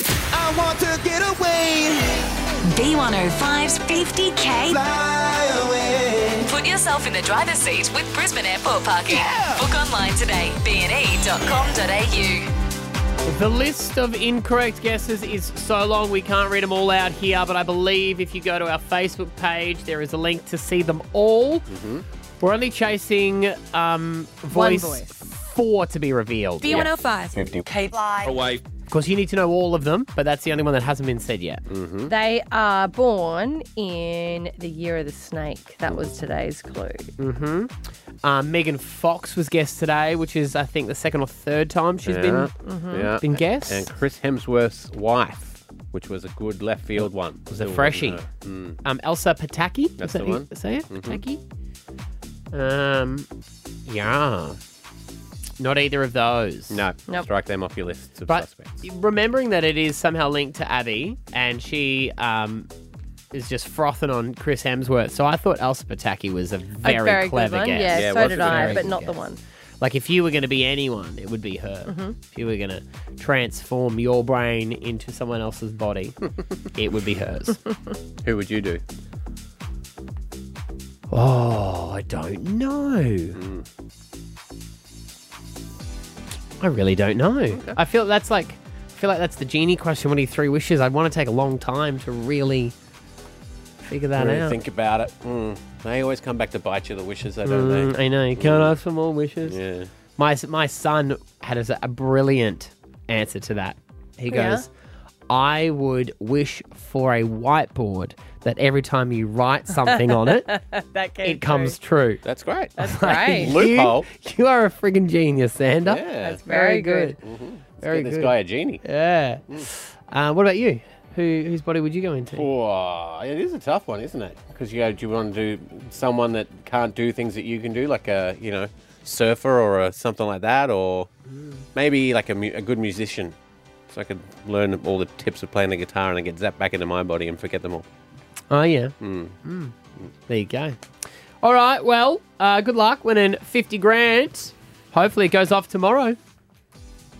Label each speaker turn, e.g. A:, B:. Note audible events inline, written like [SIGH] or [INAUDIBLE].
A: I want to get away,
B: B105's 50k.
A: fly away.
B: Put yourself in the driver's seat with Brisbane Airport parking. Book online today. E bne.com.au.
C: The list of incorrect guesses is so long we can't read them all out here, but I believe if you go to our Facebook page, there is a link to see them all.
D: Mm-hmm.
C: We're only chasing um, voice,
E: voice.
C: four to be revealed.
E: B105.
C: Oh,
D: away.
C: Of course, you need to know all of them, but that's the only one that hasn't been said yet.
D: Mm.
E: They are born in the year of the snake. That was today's clue.
C: Um, Megan Fox was guest today, which is, I think, the second or third time she's been.
D: Yeah.
C: Been guessed.
D: And Chris Hemsworth's wife, which was a good left field one. Was
C: a freshie. Um, Elsa Pataki. Is
D: That's
C: that
D: the
C: you-
D: one. Mm-hmm.
C: Say it, Pataki. Um, yeah. Not either of those.
D: No,
E: Nope.
D: strike them off your list of
C: But
D: suspects.
C: remembering that it is somehow linked to Abby, and she um, is just frothing on Chris Hemsworth. So I thought Elsa Pataki was a very,
E: a very
C: clever
E: good one.
C: guess.
E: Yeah,
D: Yeah, it
E: so
D: was
E: did
D: a
E: I,
C: very
E: but
C: good
E: not the
C: guess.
E: one.
C: Like if you were going to be anyone, it would be her. If you were going to transform your brain into someone else's
D: [LAUGHS]
C: body, it would be hers.
D: Who would you do?
C: Oh, I don't know. I really don't know. I feel that's like I feel like that's the genie question. What are your three wishes? I'd want to take a long time to really figure that
D: Really
C: out.
D: think about it. Mm. They always come back to bite you, the wishes, though, don't
C: Mm, I know you can't ask for more wishes.
D: they? Yeah.
C: My s- my son had a, a brilliant answer to that. He
E: Yeah?
C: goes, "I would wish for a whiteboard that every time you write something on it,
E: That came
C: it comes true."
D: That's great. That's
E: Great.
D: Loophole.
C: You, you are a friggin' genius, Sander.
D: Yeah. That's
E: Very good.
C: Very
D: Get
C: good.
D: this guy Mm. a genie.
C: Yeah. Uh, what about you? Who whose body would you go into?
D: Oh, it is a tough one, isn't it? Because you go, do you want to do someone that can't do things that you can do, like a you know surfer or a, something like that, or maybe like a, mu- a good musician, so I could learn all the tips of playing the guitar and then get zapped back into my body and forget them all.
C: Oh yeah. Mm. There you go. All right. Well, uh, good luck winning fifty grand. Hopefully it goes off tomorrow.